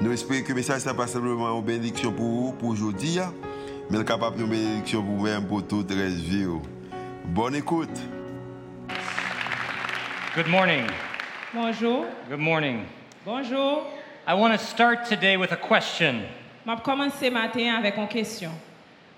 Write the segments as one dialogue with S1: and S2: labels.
S1: Nous espérons que le message n'est pas simplement une bénédiction pour vous, pour aujourd'hui, mais capable une bénédiction pour vous-même, pour toute la vie. Bonne écoute.
S2: Good morning.
S3: Bonjour,
S2: Good morning.
S3: bonjour.
S2: I want to start today with a question.
S3: Je vais commencer matin avec une question.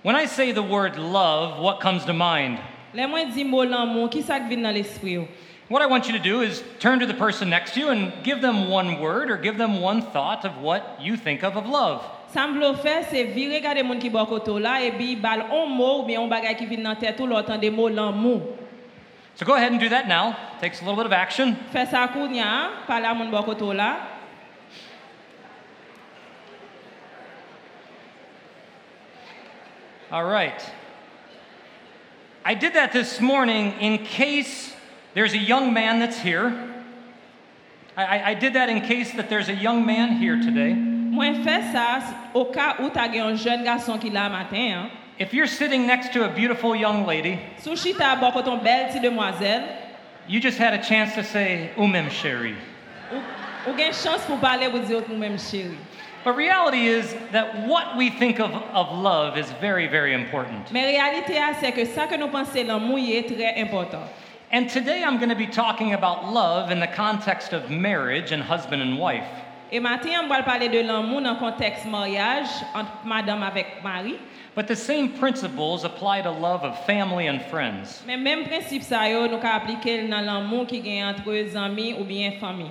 S2: When I say the word love, what comes to mind?
S3: Les moins dit mot l'amour, qui ça qui vient dans l'esprit ou?
S2: What I want you to do is turn to the person next to you and give them one word or give them one thought of what you think of of love.
S3: Ça me vle faire c'est virer regarder moun qui bon côté là et puis bal un mot ou bien un bagage qui vient dans tête ou l'entendre mot l'amour.
S2: So go ahead and do that now. Takes a little bit of action.
S3: Fais ça kounya, parler à moun bon côté là.
S2: All right. I did that this morning in case there's a young man that's here. I, I, I did that in case that there's a young man here today.
S3: Moi fais ça au cas où tu as un jeune garçon qui là matin. Hein.
S2: If you're sitting next to a beautiful young lady,
S3: Sou chita bon côté une belle petite demoiselle,
S2: You just had a chance to say umem sherry.
S3: ou, ou gen chance pour parler ou dire nous même chérie.
S2: But reality is that what we think of, of love is very, very important.
S3: Mais réalité a, c'est que ça que nous pensons l'amour il est très important.
S2: And today I'm going to be talking about love in the context of marriage and husband and wife.
S3: Et E matin, on va parler de l'amour dans le contexte mariage entre madame avec mari.
S2: But the same principles apply to love of family and friends.
S3: Mais même principe ça yo, nous ka appliquer dans l'amour qui gagne entre amis ou bien famille.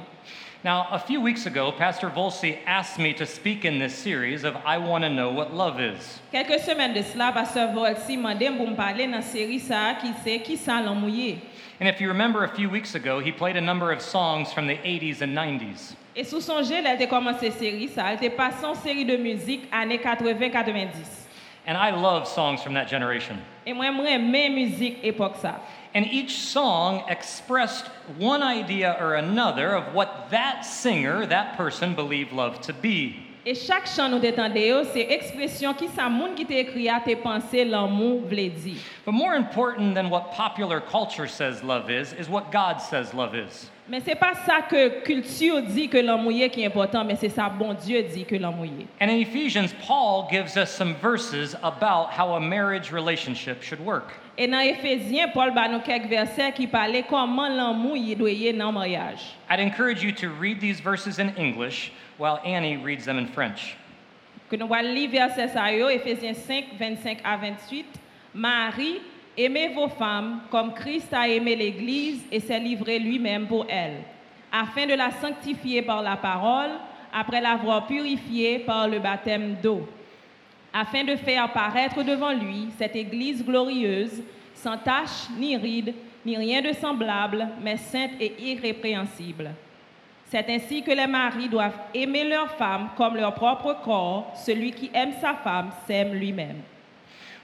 S2: Now, a few weeks ago, Pastor Volsi asked me to speak in this series of I Want to Know What Love Is.
S3: Quelques semaines de cela, pasteur Volsi m'a demandé pour me parler dans série ça qui c'est qui ça l'amour. y est.
S2: And if you remember a few weeks ago, he played a number of songs from the 80s and 90s.
S3: Et E sous son gel, elle a commencé série ça, elle a passé en série de musique années 80-90.
S2: And I love songs from that generation.
S3: Et moi, moi, mes musique époque ça.
S2: And each song expressed one idea or another of what that singer, that person, believed love to be.
S3: Et chaque chant nous détendait, yo, c'est expression qui sa moun qui t'écrit à tes pensées l'amour vle dire.
S2: But more important than what popular culture says love is, is what God says love is.
S3: Mais c'est pas ça que culture dit que l'amour y est qui est important, mais c'est ça bon Dieu dit que l'amour y est.
S2: And in Ephesians, Paul gives us some verses about how a marriage relationship should work.
S3: Et dans Éphésiens, Paul bat nous quelques versets qui parlaient comment l'amour y doit y être dans le mariage.
S2: I'd encourage you to read these verses in English while Annie reads them in French.
S3: Que nous allons lire verset ça yo, Éphésiens 5, 25 à 28. Marie, aimez vos femmes comme Christ a aimé l'Église et s'est livré lui-même pour elle, afin de la sanctifier par la parole, après l'avoir purifiée par le baptême d'eau, afin de faire paraître devant lui cette Église glorieuse, sans tache ni ride, ni rien de semblable, mais sainte et irrépréhensible. C'est ainsi que les maris doivent aimer leurs femmes comme leur propre corps. Celui qui aime sa femme s'aime lui-même.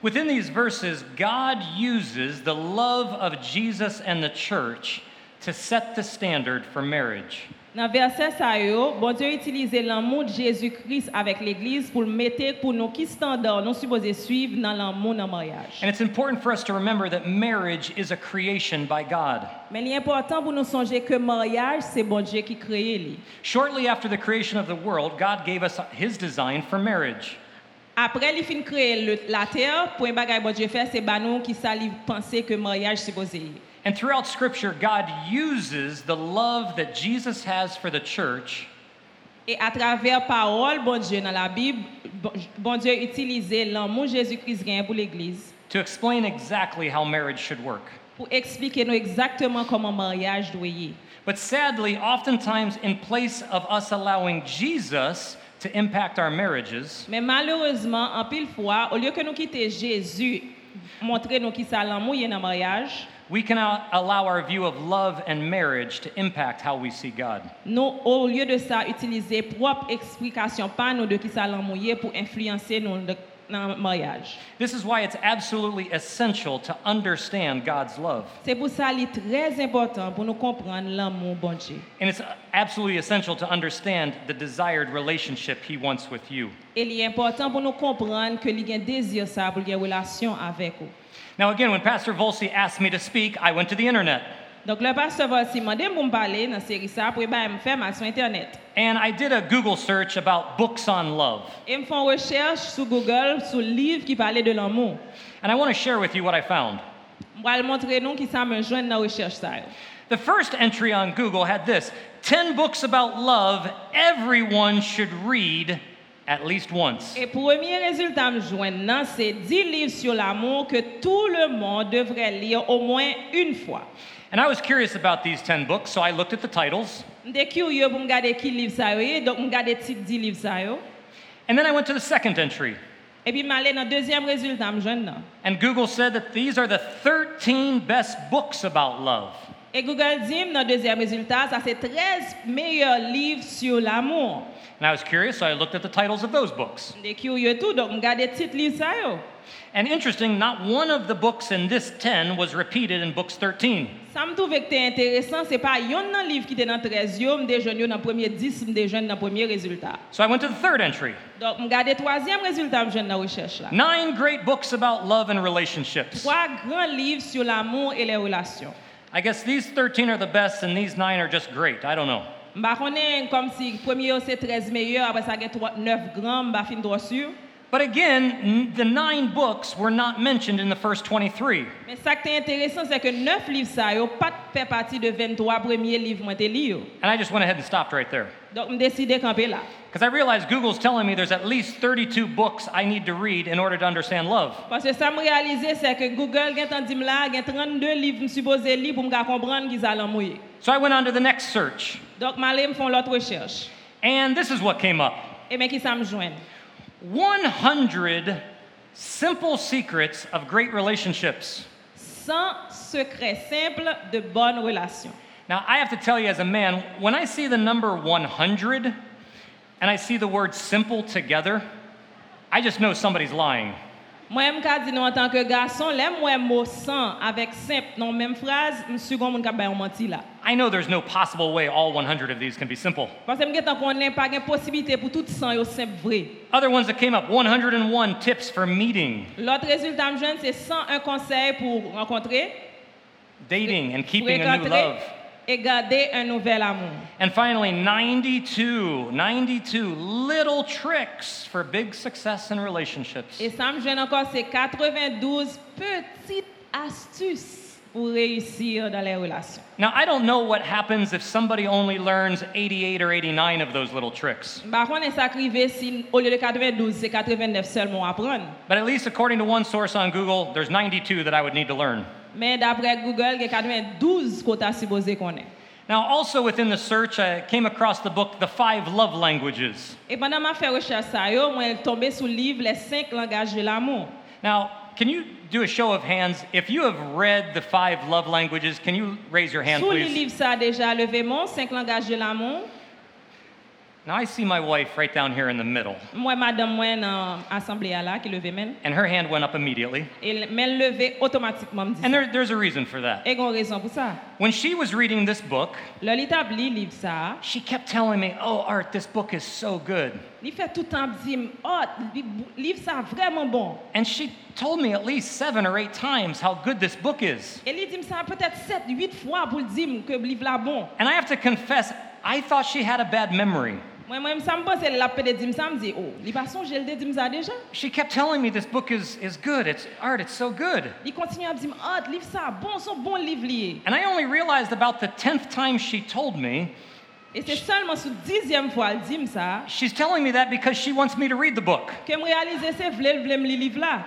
S2: Within these verses, God uses the love of Jesus and the church to set the standard for marriage.
S3: Dans verset ça yo, bon Dieu utilisait l'amour de Jésus-Christ avec l'église pour le mettre pour nous qui standard nous supposés suivre dans l'amour dans le mariage.
S2: And it's important for us to remember that marriage is a creation by God.
S3: Mais il est important pour nous songer que mariage c'est bon Dieu qui crée lui.
S2: Shortly after the creation of the world, God gave us his design for marriage.
S3: Après il fin créer le- la terre, pour un bagage bon Dieu fait c'est bah nous qui ça lui penser que mariage supposé. y.
S2: And throughout Scripture, God uses the love that Jesus has for the church
S3: Et à travers parole bon Dieu dans la Bible, bon- bon Dieu utilisait l'amour Jésus-Christ gagne pour l'église
S2: to explain exactly how marriage should work.
S3: pour expliquer nous exactement comment mariage doit y être.
S2: But sadly, oftentimes, in place of us allowing Jesus to impact our marriages,
S3: Mais malheureusement, en pile fois, au lieu que nous quitter Jésus, montrer nous qui ça l'amour y est dans le mariage,
S2: we cannot allow our view of love and marriage to impact how we see God.
S3: Nous, au lieu de ça, utiliser propre explication, pas nous de qui ça l'en mouillé pour influencer nous de- dans le mariage.
S2: This is why it's absolutely essential to understand God's love.
S3: C'est pour ça qu'il est très important pour nous comprendre l'amour bon Dieu.
S2: And it's absolutely essential to understand the desired relationship He wants with you.
S3: Et il est important pour nous comprendre que il y a un désir ça pour qu'il y ait une relation avec nous.
S2: Now, again, when Pastor Volsey asked me to speak, I went to the internet.
S3: Donc le pasteur va aussi demander pour me parler dans la série ça pour ben me faire ma sur internet.
S2: And I did a Google search about books on love.
S3: Et me font recherche sur Google sur livre qui parlait de l'amour.
S2: And I want to share with you what I found.
S3: Je vais le montrer nous qui ça me joindre dans la recherche ça. yo.
S2: The first entry on Google had this 10 books about love everyone should read at least once.
S3: Et premier résultat me joindre là, c'est 10 livres sur l'amour que tout le monde devrait lire au moins une fois.
S2: And I was curious about these 10 books, so I looked at the titles.
S3: J'étais curieux pour me regarder qui livre ça yo est, donc me regarder titre 10 livres ça yo.
S2: And then I went to the second entry.
S3: Et puis m'aller dans deuxième résultat me joindre là.
S2: And Google said that these are the 13 best books about love.
S3: Et Google dit, dans le deuxième résultat, ça c'est 13 meilleurs livres sur l'amour.
S2: And I was curious, so I looked at the titles of those books.
S3: Des curieux tout, donc regarde les titres livres ça yo.
S2: And interesting, not one of the books in this 10 was repeated in books 13.
S3: Ça me trouve que c'est intéressant, c'est pas yon nan livre qui était dans 13 yo, m'dé jeune yo dans premier 10, m'dé jeune dans premier résultat.
S2: So I went to the third entry
S3: Donc regarde le troisième résultat, m'jeune dans recherche là.
S2: nine great books about love and relationships.
S3: Trois grands livres sur l'amour et les relations.
S2: I guess these 13 are the best and these nine are just great. I don't know.
S3: M'ba connais comme si premier yo, c'est 13 meilleurs, après ça a 9 grands, m'ba fin droit sûr.
S2: But again, n- the nine books were not mentioned in the first 23.
S3: Mais ça qui est intéressant, c'est que 9 livres ça yo, pas fait partie de 23 premiers livres moi t'ai li yo.
S2: And I just went ahead and stopped right there.
S3: Donc, je décide de camper là.
S2: Because I realized Google's telling me there's at least 32 books I need to read in order to understand love.
S3: Parce que ça me réalisé, c'est que Google, quand on dit là, il y a 32 livres, je suppose, lire pour me comprendre qu'ils allaient mouiller.
S2: So I went on to the next search.
S3: Donc, je me font l'autre recherche.
S2: And this is what came up
S3: Et bien, qui ça me joint?
S2: 100 simple secrets of great relationships.
S3: 100 secrets simples de bonnes relations.
S2: Now, I have to tell you as a man, when I see the number 100 and I see the word simple together, I just know somebody's lying.
S3: Moi, je dis, nous, en tant que garçon, les moi, mot 100 avec simple, non, même phrase, je suis comme un menti là.
S2: I know there's no possible way all 100 of these can be simple.
S3: Parce que je pense qu'on n'a pas de possibilité pour tout 100 yo simple vrai.
S2: Other ones that came up 101 tips for meeting,
S3: L'autre résultat me joint, c'est 101 conseils pour rencontrer,
S2: dating, and
S3: pour
S2: keeping a new
S3: rencontrer
S2: love.
S3: et garder un nouvel amour.
S2: And finally, 92, 92 little tricks for big success in relationships.
S3: Et ça me gêne encore, c'est 92 petites astuces pour réussir dans les relations.
S2: Now, I don't know what happens if somebody only learns 88 or 89 of those little tricks,
S3: Par contre, ça arrivé si au lieu de 92, c'est 89 seulement à prendre.
S2: but at least according to one source on Google, there's 92 that I would need to learn.
S3: Mais d'après Google, il y a 92 qu'on t'a supposé qu'on est.
S2: Now, also within the search, I came across the book, The Five Love Languages.
S3: Et pendant ma fait recherche ça, yo, moi, je suis tombée sous le livre Les 5 langages de l'amour.
S2: Now, can you do a show of hands? If you have read The Five Love Languages, can you raise your hand,
S3: Sous le
S2: please?
S3: livre ça déjà, levez-moi, 5 langages de l'amour.
S2: Now, I see my wife right down here in the middle,
S3: Moi, madame, moi, dans l'assemblée là, qui levait même.
S2: and her hand went up immediately.
S3: Et mais elle levait automatiquement, me dit.
S2: And there, there's a reason for that.
S3: Et il y a une raison pour ça.
S2: When she was reading this book,
S3: Là, l'établi, livre ça.
S2: she kept telling me, Oh, Art, this book is so good.
S3: Il fait tout le temps dire, oh, li- livre ça vraiment bon.
S2: And she told me at least seven or eight times how good this book is.
S3: Et il dit ça peut-être 7, 8 fois pour le dire que le livre là bon.
S2: And I have to confess, I thought she had a bad memory.
S3: Moi, moi, ça me pense, elle l'a peut-être dit ça, me dit, oh, il pas songé, elle dit ça déjà.
S2: She kept telling me this book is, is good. It's art, it's so good.
S3: Il continue à me dire, oh, le livre ça bon, son bon livre lié.
S2: And I only realized about the 10th time she told me,
S3: Et c'est seulement sous dixième fois elle dit ça
S2: she's telling me that because she wants me to read the book.
S3: que je réalise c'est vle, vle me lire livre là.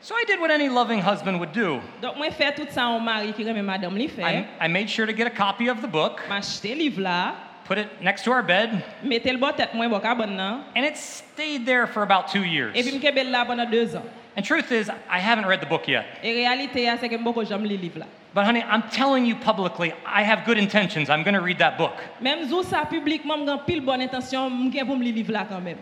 S2: So I did what any loving husband would do.
S3: Donc, moi, fais tout ça en mari qui remet madame li fait.
S2: I, I made sure to get a copy of the book,
S3: M'acheter livre là,
S2: put it next to our bed,
S3: mettez le bon tête, moi, hein. bon cabane là.
S2: and it stayed there for about two years.
S3: Et puis, me suis là pendant deux ans.
S2: And truth is, I haven't read the book yet.
S3: Et réalité, hein, c'est que beaucoup j'aime les livres là.
S2: But honey, I'm telling you publicly, I have good intentions. I'm going to read that book.
S3: Même si ça publiquement, j'ai pile bonne intention, j'ai pour me livre là quand même.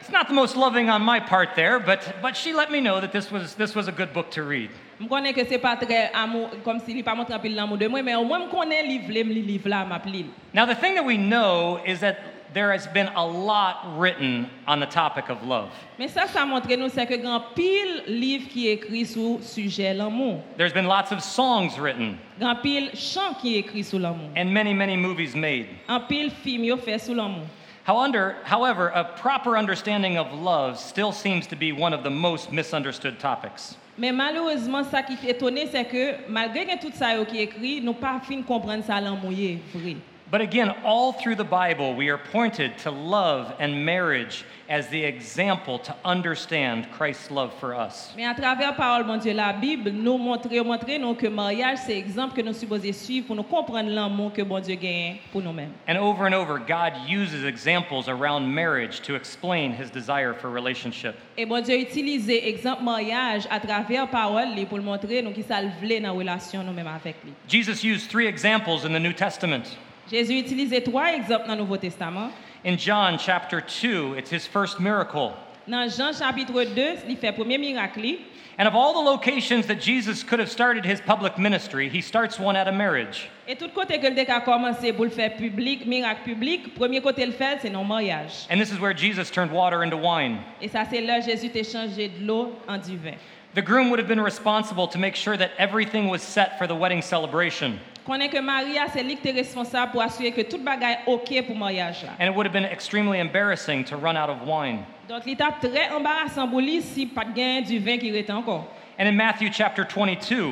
S2: It's not the most loving on my part there, but, but she let me know that this was, this was a good book to read.
S3: Je connais que c'est pas très amour comme s'il n'est pas montré pile l'amour de moi mais au moins je connais livre, les livre là m'a pile.
S2: Now, the thing that we know is that there has been a lot written on the topic of love.
S3: Mais ça ça montre nous c'est que grand pile livre qui écrit sur sujet l'amour.
S2: There's been lots of songs written
S3: Grand pile chant qui écrit sur l'amour.
S2: and many, many movies made.
S3: En pile film yo fait sur l'amour.
S2: How under- however, a proper understanding of love still seems to be one of the most misunderstood topics.
S3: Mais malheureusement ça qui est étonné c'est que malgré que tout ça yo qui écrit, nous pas fin comprendre ça l'amour est vrai.
S2: But again, all through the Bible, we are pointed to love and marriage as the example to understand Christ's love for us.
S3: Mais à travers parole, mon Dieu, la Bible nous montre, montre nous que mariage, c'est exemple que nous supposons suivre pour nous comprendre l'amour que bon Dieu gagne pour nous-mêmes.
S2: And over and over, God uses examples around marriage to explain his desire for relationship.
S3: Et bon Dieu utilise exemple mariage à travers parole lui, pour nous montrer nous qui ça le voulait dans la relation nous-mêmes avec lui.
S2: Jesus used three examples in the New Testament.
S3: Jésus utilise trois exemples dans le Nouveau Testament.
S2: In John chapter 2, it's his first miracle.
S3: Dans Jean chapitre 2, il fait premier miracle. lui.
S2: And of all the locations that Jesus could have started his public ministry, he starts one at a marriage.
S3: Et tout côté que le a commencé pour le faire public, miracle public, premier côté le fait, c'est non mariage.
S2: And this is where Jesus turned water into wine.
S3: Et ça, c'est là Jésus t'a changé de l'eau en du vin.
S2: The groom would have been responsible to make sure that everything was set for the wedding celebration.
S3: Connais que Maria, c'est lui qui est responsable pour assurer que tout bagaille OK pour mariage là.
S2: And it would have been extremely embarrassing to run out of wine.
S3: Donc l'étape très embarrassante pour lui si pas de gain du vin qui reste encore.
S2: And in Matthew chapter 22,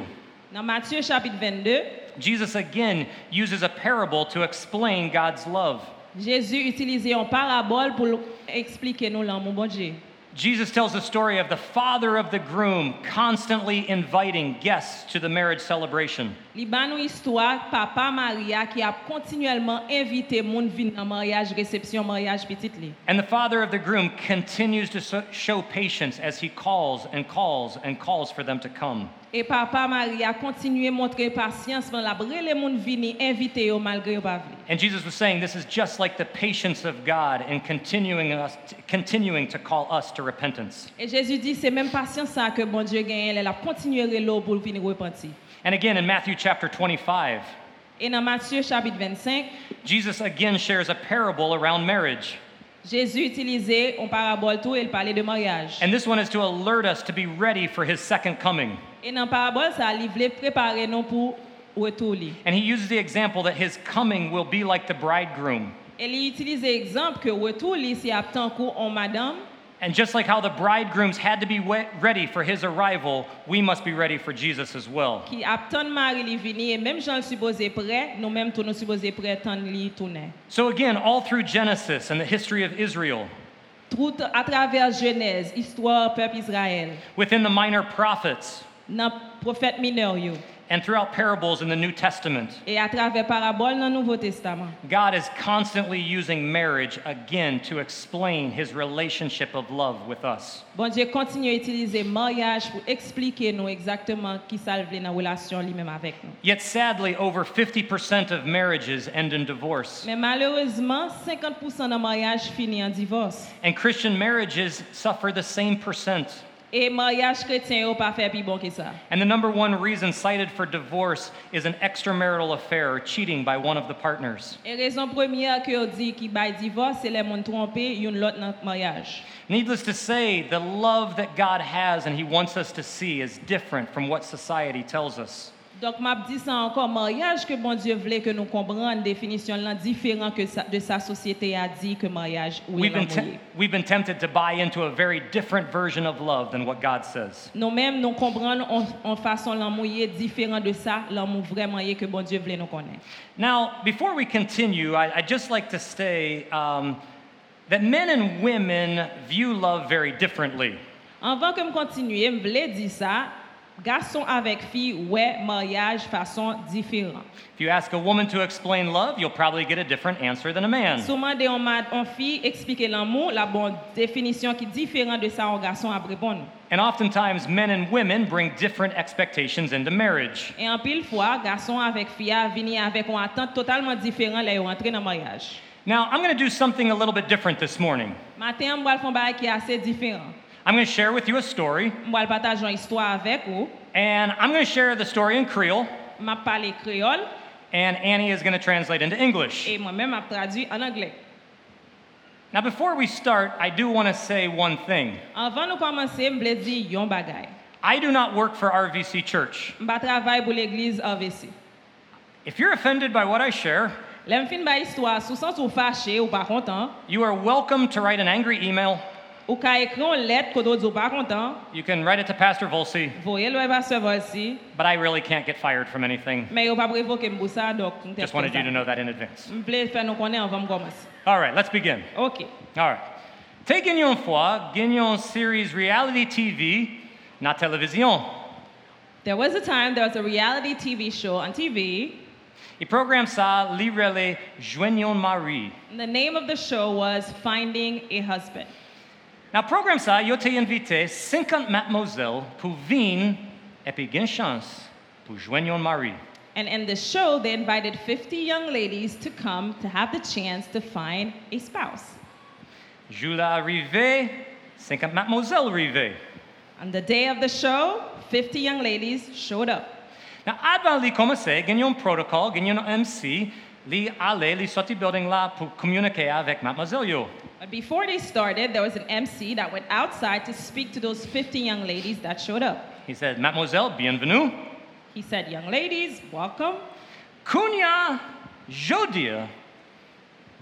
S3: Dans Matthieu chapitre 22,
S2: Jesus again uses a parable to explain God's love.
S3: Jésus utilisait une parabole pour expliquer nous l'amour bon Dieu.
S2: Jesus tells the story of the father of the groom constantly inviting guests to the marriage celebration.
S3: Il bat nous histoire papa Maria qui a continuellement invité monde venir dans mariage, réception mariage petite li.
S2: And the father of the groom continues to so- show patience as he calls and calls and calls for them to come.
S3: Et papa Maria continuait montrer patience dans la les monde venir inviter yo malgré yo pas venu.
S2: And Jesus was saying, This is just like the patience of God in continuing, us, continuing to call us to repentance.
S3: Et Jésus dit, c'est même patience ça que bon Dieu gagne, elle a continué l'eau pour venir repentir.
S2: And again, in Matthew chapter 25,
S3: Et dans Matthieu chapitre 25,
S2: Jesus again shares a parable around marriage.
S3: Jésus utilisait en parabole tout, il parlait de mariage.
S2: And this one is to alert us to be ready for his second coming.
S3: Et dans parabole, ça il voulait préparer nous pour retourner.
S2: And he uses the example that his coming will be like the bridegroom.
S3: Et il utilisait exemple que retourner, c'est à tant en madame.
S2: And just like how the bridegrooms had to be we- ready for his arrival, we must be ready for Jesus as well.
S3: qui attend Marie li vini, et même Jean le supposé prêt, nous même tous nous supposés prêts, tant li tourner.
S2: So, again, all through Genesis and the history of Israel,
S3: Tout à travers Genèse, histoire peuple Israël,
S2: within the minor prophets,
S3: dans prophète mineur yo.
S2: and throughout parables in the New Testament,
S3: Et à travers parabole dans le Nouveau Testament,
S2: God is constantly using marriage again to explain his relationship of love with us.
S3: bon Dieu continue à utiliser mariage pour expliquer nous exactement qui ça le voulait dans la relation lui-même avec nous.
S2: Yet sadly, over 50% of marriages end in divorce.
S3: Mais malheureusement, 50% de mariage finit en divorce.
S2: And Christian marriages suffer the same percent.
S3: Et mariage chrétien n'est pas fait plus bon que ça.
S2: And the number one reason cited for divorce is an extramarital affair or cheating by one of the partners.
S3: Et raison première que on dit qui bail divorce, c'est les monde trompé, une l'autre dans le mariage.
S2: Needless to say, the love that God has and He wants us to see is different from what society tells us.
S3: Donc, m'a dit ça encore, mariage que bon Dieu voulait que nous comprenions, définition là différent que sa- de sa société a dit que mariage ou
S2: We've been, te- we've been tempted to buy into a very different version of love than what God says.
S3: Nous-mêmes, nous comprenons en, en façon l'amour est différent de ça, l'amour vraiment est que bon Dieu voulait nous connaître.
S2: Now, before we continue, I, I'd just like to say um, that men and women view love very differently.
S3: Avant que je continue, je voulais dire ça, Garçon avec fille, ouais, mariage façon différente.
S2: If you ask a woman to explain love, you'll probably get a different answer than a man.
S3: Souvent, des hommes en fille expliquer l'amour, la bonne définition qui est différente de ça en garçon à répondre.
S2: And oftentimes, men and women bring different expectations into marriage.
S3: Et en pile fois, garçon avec fille a venu avec une attente totalement différente là ils rentré dans le mariage.
S2: Now, I'm going to do something a little bit different this morning.
S3: Matin, on va faire un bail qui est assez différent.
S2: I'm going to share with you a story,
S3: On va partager une histoire avec vous.
S2: and I'm going to share the story in Creole,
S3: m'a parlé créole
S2: and Annie is going to translate into English.
S3: et moi-même m'a traduit en anglais.
S2: Now, before we start, I do want to say one thing.
S3: Avant de commencer, je voulais dire yon bagay.
S2: I do not work for RVC Church.
S3: Je travaille pour l'église AVC.
S2: If you're offended by what I share,
S3: Lèm fin ba histoire, sous sens ou fâché ou pas content,
S2: you are welcome to write an angry email.
S3: ou ka écrit une lettre kodo di ou pas content,
S2: You can write it to Pastor Volsey,
S3: voyez le va se voici,
S2: but I really can't get fired from anything.
S3: mais yo pas prévoqué m pour ça donc m
S2: Just wanted you to know that in advance.
S3: M vle faire nous connaître avant de commencer.
S2: All right, let's begin.
S3: OK.
S2: All right. Te Gagnon Foi, Gagnon series reality TV, not television.
S3: There was a time there was a reality TV show on TV.
S2: Et programme ça, li relais Joignon Marie.
S3: The name of the show was Finding a Husband.
S2: Now, programme ça, yo te invité 50 mademoiselles pour vin et puis gain chance pour Joignon Marie.
S3: And in the show, they invited 50 young ladies to come to have the chance to find a spouse.
S2: Jula arrivé, 50 mademoiselles arrivé.
S3: On the day of the show, 50 young ladies showed up.
S2: Now, avant li commencer, Gagnon protocol, Gagnon MC, li allait li sorti building là pour communiquer avec mademoiselle yo.
S3: But before they started, there was an MC that went outside to speak to those 50 young ladies that showed up.
S2: He said, Mademoiselle, bienvenue.
S3: He said, Young ladies, welcome.
S2: Cunha, jodia,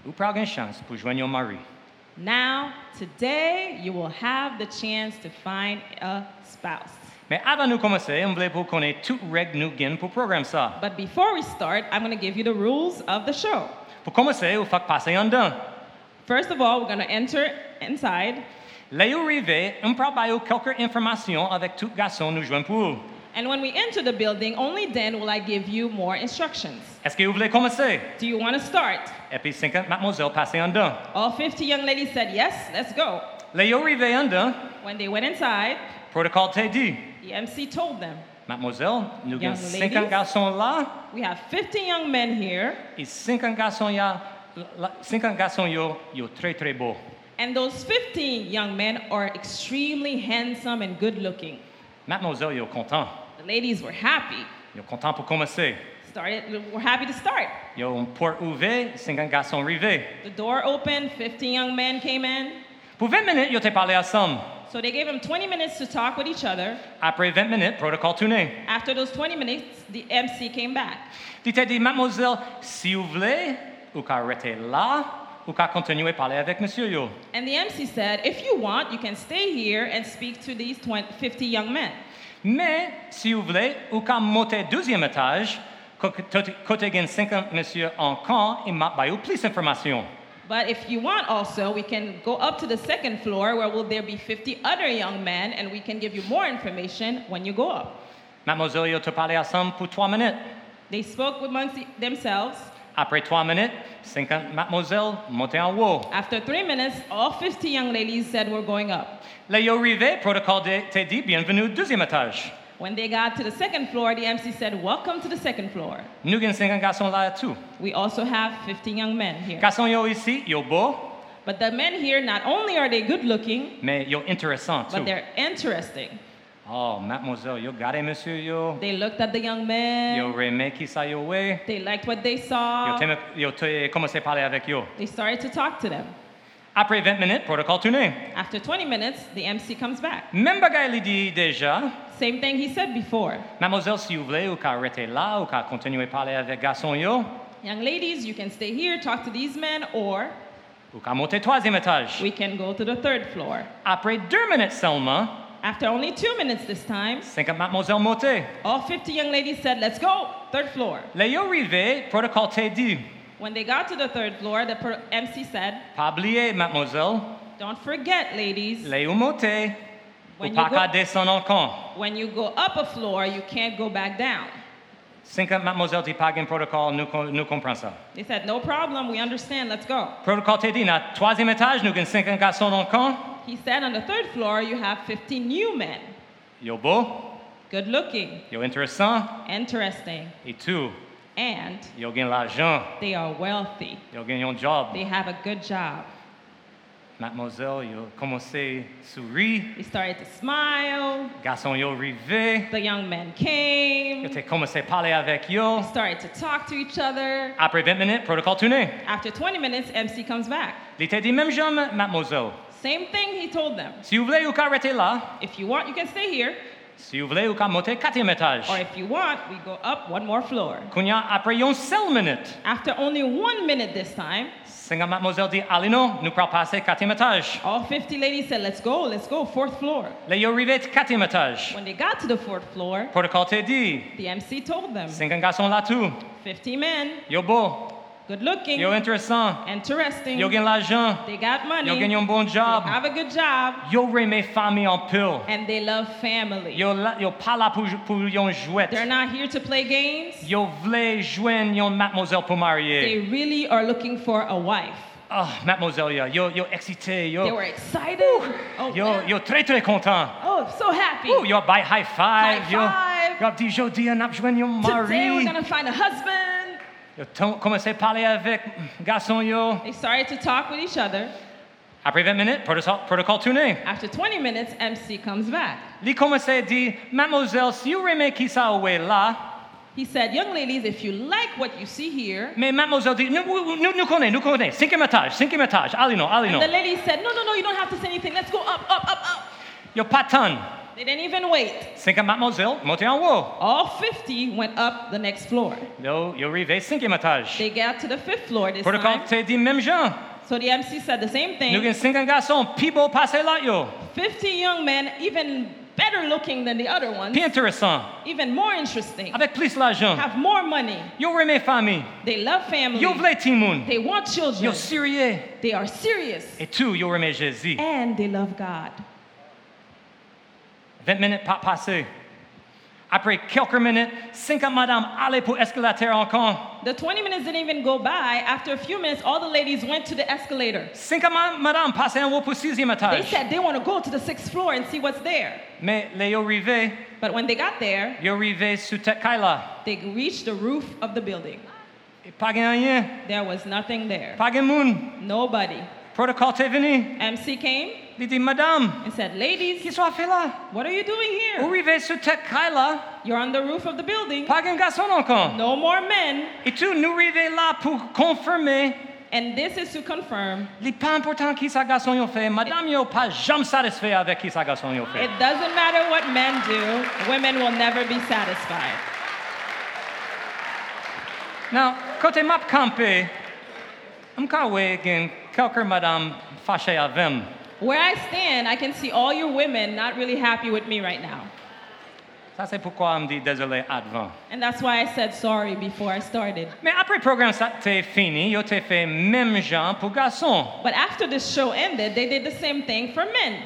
S2: ou prend une chance pour joindre au mari.
S3: Now, today, you will have the chance to find a spouse.
S2: Mais avant de commencer, on voulait vous connaître toutes règles nous gagnent pour programme ça.
S3: But before we start, I'm going to give you the rules of the show.
S2: Pour commencer, il faut passer en dedans.
S3: First of all, we're going to enter inside.
S2: Là où arrivé, on prend bail quelques informations avec tout garçon nous joignent pour. vous.
S3: And when we enter the building, only then will I give you more instructions.
S2: Est-ce que vous voulez commencer?
S3: Do you want to start?
S2: Et puis 50 mademoiselles passez en dedans.
S3: All 50 young ladies said, Yes, let's go.
S2: Là où arrivé en dedans,
S3: When they went inside,
S2: protocole t'a dit,
S3: the MC told them,
S2: Mademoiselle, nous
S3: Young
S2: avons 50
S3: ladies.
S2: garçons là
S3: We have 50 young men here,
S2: et 50 garçons là. 50 garçons yo, yo très très beaux.
S3: and those 15 young men are extremely handsome and good looking.
S2: Mademoiselle, yo content.
S3: The ladies were happy,
S2: Yo content pour commencer.
S3: started, were happy to start.
S2: Yo un port ouvert, 50 garçons arrivés.
S3: The door opened, 15 young men came in.
S2: Pour 20 minutes, yo t'ai parlé ensemble.
S3: So they gave them 20 minutes to talk with each other.
S2: Après 20 minutes, protocole tourné.
S3: After those 20 minutes, the MC came back.
S2: Il t'a dit, Mademoiselle, si vous voulez, ou qu'à arrêter là, ou qu'à continuer à parler avec monsieur yo.
S3: And the MC said, if you want, you can stay here and speak to these 20, 50 young men.
S2: Mais si vous voulez, ou qu'à monter deuxième étage, co- côté côté gain 50 monsieur en camp, il m'a baillé plus d'informations.
S3: But if you want also, we can go up to the second floor where will there be 50 other young men and we can give you more information when you go up.
S2: Mademoiselle, yo te parlé ensemble pour trois minutes.
S3: They spoke amongst the- themselves.
S2: Après trois minutes, 50 mademoiselles montaient en haut.
S3: After three minutes, all 50 young ladies said we're going up.
S2: Là, yo arrivé, protocole de- t'a dit, bienvenue au deuxième étage.
S3: When they got to the second floor, the MC said, welcome to the second floor.
S2: Nous avons 50 garçons là tout.
S3: We also have 50 young men here.
S2: Garçons yo ici, yo beau,
S3: But the men here, not only are they good looking,
S2: mais yo intéressant
S3: but
S2: tout.
S3: they're interesting.
S2: Oh, mademoiselle, yo gardez monsieur yo.
S3: They looked at the young men.
S2: Yo remet qui ça yo ouais.
S3: They liked what they
S2: Yo
S3: saw.
S2: t'aime- yo t'ai commencé à parler avec yo.
S3: They started to talk to them.
S2: Après 20 minutes, protocole tourné.
S3: After 20 minutes, the MC comes back.
S2: Même bagaille il dit déjà,
S3: Same thing he said before.
S2: mademoiselle, si vous voulez, ou qu'à arrêter là, ou qu'à continuer à parler avec garçon yo,
S3: Young ladies, you can stay here, talk to these men, or
S2: ou qu'à monter troisième étage.
S3: we can go to the third floor.
S2: Après deux minutes seulement,
S3: After only two minutes this time,
S2: 50 mademoiselle montait.
S3: all 50 young ladies said, Let's go, third floor.
S2: Là, yo arrivé, protocole t'a dit,
S3: When they got to the third floor, the per- MC said,
S2: pas oublier, mademoiselle,
S3: Don't forget, ladies,
S2: là, yo montait. ou
S3: When you,
S2: pas qu'à
S3: go,
S2: descendre encore.
S3: when you go up a floor, you can't go back down.
S2: Cinq ans, mademoiselle, tu pas un protocole, nous, com- nous comprenons ça.
S3: They said, no problem, we understand, let's go.
S2: Protocole t'a dit, dans le troisième étage, nous avons cinq garçons encore.
S3: He said, on the third floor, you have 15 new men.
S2: Yo beau,
S3: Good looking,
S2: yo intéressant,
S3: interesting,
S2: et tout.
S3: and
S2: Yo gagne l'argent,
S3: they are wealthy.
S2: yo gagne un job.
S3: They have a good job.
S2: Mademoiselle, yo commencé sourire.
S3: He started to smile.
S2: Garçon, yo arrivé.
S3: The young men
S2: Yo
S3: came.
S2: t'ai commencé à parler avec yo.
S3: They started to talk to each other.
S2: Après 20 minutes, protocole tourné.
S3: After 20 minutes, MC comes back.
S2: Il t'a dit, même Jean, mademoiselle,
S3: Same thing he told them.
S2: si vous voulez, vous pouvez arrêter là.
S3: If you want, you can stay here.
S2: Si vous voulez, vous pouvez monter au quatrième étage.
S3: Or if you want, we go up one more floor.
S2: Kounya, après une seule minute,
S3: After only one minute this time,
S2: Seigneur Mademoiselle dit, allez non, nous pouvons passer au quatrième étage.
S3: all 50 ladies said, let's go, let's go, fourth floor.
S2: Là, ils arrivent au quatrième étage.
S3: When they got to the fourth floor,
S2: Protocole t'a dit,
S3: the MC told them,
S2: cinq garçons là tout.
S3: 50 men,
S2: Yo beau,
S3: good looking,
S2: yo intéressant,
S3: interesting,
S2: yo gagne l'argent,
S3: they got money,
S2: yo gagne un bon
S3: they
S2: job,
S3: have a good job,
S2: yo remet famille en pile.
S3: and they love family.
S2: Yo, la- yo pas là pour, jou- pour yon jouet.
S3: They're not here to play games.
S2: Yo voulez joindre yon mademoiselle pour marier.
S3: They really are looking for a wife.
S2: Ah, mademoiselle, yo, yo, yo excité,
S3: They
S2: yo,
S3: were excited. Oh,
S2: yo,
S3: man.
S2: yo très très content.
S3: oh I'm so happy.
S2: Ouh, yo, by high five,
S3: High
S2: yo.
S3: five.
S2: Yo, dit, yo, dit, on a joint yon
S3: Today we're
S2: mari.
S3: gonna find a husband.
S2: Yo, ton- commencé à parler avec garçon, yo.
S3: They started to talk with each other.
S2: Après 20 minutes, protocole, protocole tourné.
S3: After 20 minutes, MC comes back.
S2: Il commencé à dire, mademoiselle, si vous aimez qui ça ouais là,
S3: He said, Young ladies, if you like what you see here.
S2: mais mademoiselle dit, nous, nous, nous, nous connaissons, nous connaissons. Cinquième étage, cinquième étage, allez non, allez non.
S3: And the ladies said, No, no, no, you don't have to say anything. Let's go up, up, up, up.
S2: Yo, pas tant.
S3: They didn't even wait.
S2: Cinquième mademoiselle, montez en haut.
S3: All 50 went up the next floor.
S2: Yo, yo, arrivé, cinquième étage.
S3: They got to the fifth floor this
S2: Protocole
S3: time.
S2: t'a dit, même gens.
S3: So the MC said the same
S2: Nous avons
S3: thing.
S2: cinq garçons, plus beaux passés là, yo.
S3: 50 young men, even better looking than the other ones,
S2: Plus intéressants,
S3: even more interesting,
S2: avec plus l'argent.
S3: have more money.
S2: Yo, aimez famille.
S3: They love family.
S2: Yo, voulez timoun.
S3: They want children.
S2: Yo, sérieux.
S3: They are serious.
S2: Et tout, yo, aimez Jésus.
S3: And they love God.
S2: 20 minutes pas passées. Après quelques minutes, 50 madame allaient pour escalator encore.
S3: The 20 minutes didn't even go by. After a few minutes, all the ladies went to the escalator.
S2: 50 ma- madame passaient en haut pour sixième
S3: They
S2: étage.
S3: said they want to go to the sixth floor and see what's there.
S2: Mais les yo arrivés,
S3: But when they got there,
S2: yo arrivés sous tête Kaila.
S3: they reached the roof of the building.
S2: Et Pas de rien,
S3: There was nothing there.
S2: pas de monde.
S3: Nobody.
S2: Protocole est venu.
S3: MC came
S2: Il dit, madame,
S3: and said,
S2: qu'est-ce
S3: Ladies,
S2: qu'on fait là?
S3: what are you doing
S2: Vous
S3: here?
S2: arrivez sous tête Kaila,
S3: You're on the roof of the building.
S2: pas de garçon encore.
S3: No more men.
S2: Et tout, nous arrivons là pour confirmer.
S3: And this is to confirm
S2: Il n'est pas important qui sa garçon yo fait. Madame yo pas jamais satisfait avec qui sa garçon yo fait.
S3: it doesn't matter what men do, women will never be satisfied.
S2: Now, côté map campé, I'm kawe gen quelques madame fâché avem.
S3: Where I stand, I can see all your women not really happy with me right now.
S2: Ça c'est pourquoi on dit désolé avant.
S3: And that's why I said sorry before I started.
S2: Mais après le programme ça t'est fini, yo t'ai fait même genre pour garçon.
S3: But after this show ended, they did the same thing for men.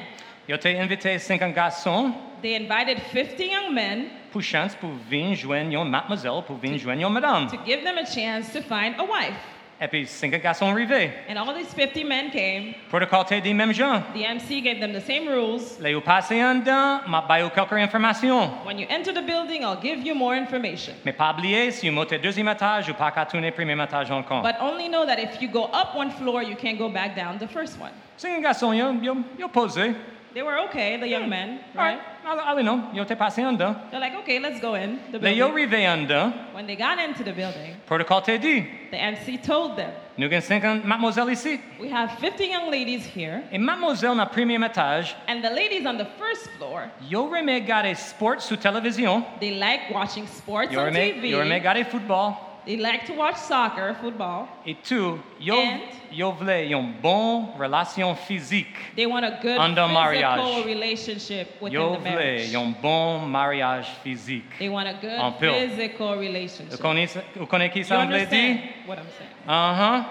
S2: Yo t'ai invité 50 garçons
S3: They invited 50 young men
S2: pour chance pour venir joindre yon mademoiselle, pour venir joindre yon madame.
S3: to give them a chance to find a wife.
S2: Et puis 50 garçons arrivés.
S3: And all these 50 men came.
S2: Protocole t'ai dit même genre.
S3: The MC gave them the same rules.
S2: Là, vous passez en dedans, m'a baillé quelques informations.
S3: When you enter the building, I'll give you more information.
S2: Mais pas oublier, si vous montez deuxième étage, vous pas qu'à tourner premier étage encore.
S3: But only know that if you go up one floor, you can't go back down the first one.
S2: C'est un garçon, yo, yo, yo posé.
S3: They were okay, the
S2: Hmm.
S3: young men,
S2: Alright,
S3: right?
S2: allez, allez, non, yo t'es passé en dedans.
S3: They're like, okay, let's go in. The
S2: Là, yo
S3: building.
S2: arrivé en dedans,
S3: When they got into the building,
S2: protocole t'a dit,
S3: the MC told them,
S2: nous avons 50 mademoiselle ici.
S3: We have 50 young ladies here,
S2: Et mademoiselle, dans le premier étage,
S3: and the ladies on the first floor,
S2: yo remet garder sport sur télévision.
S3: they like watching sports
S2: Yo
S3: on
S2: remet,
S3: TV.
S2: yo remet garder football.
S3: They like to watch soccer, football.
S2: Et tout, yo,
S3: And-
S2: yo voulais une bonne relation physique.
S3: They want a good
S2: Under
S3: physical
S2: mariage.
S3: relationship within
S2: Yo
S3: the marriage.
S2: voulais un bon mariage physique.
S3: They want a good
S2: En pure.
S3: physical
S2: Vous
S3: relationship.
S2: connaissez, vous connaissez qui
S3: You
S2: ça voulait
S3: understand
S2: dire?
S3: what I'm saying?
S2: Uh-huh.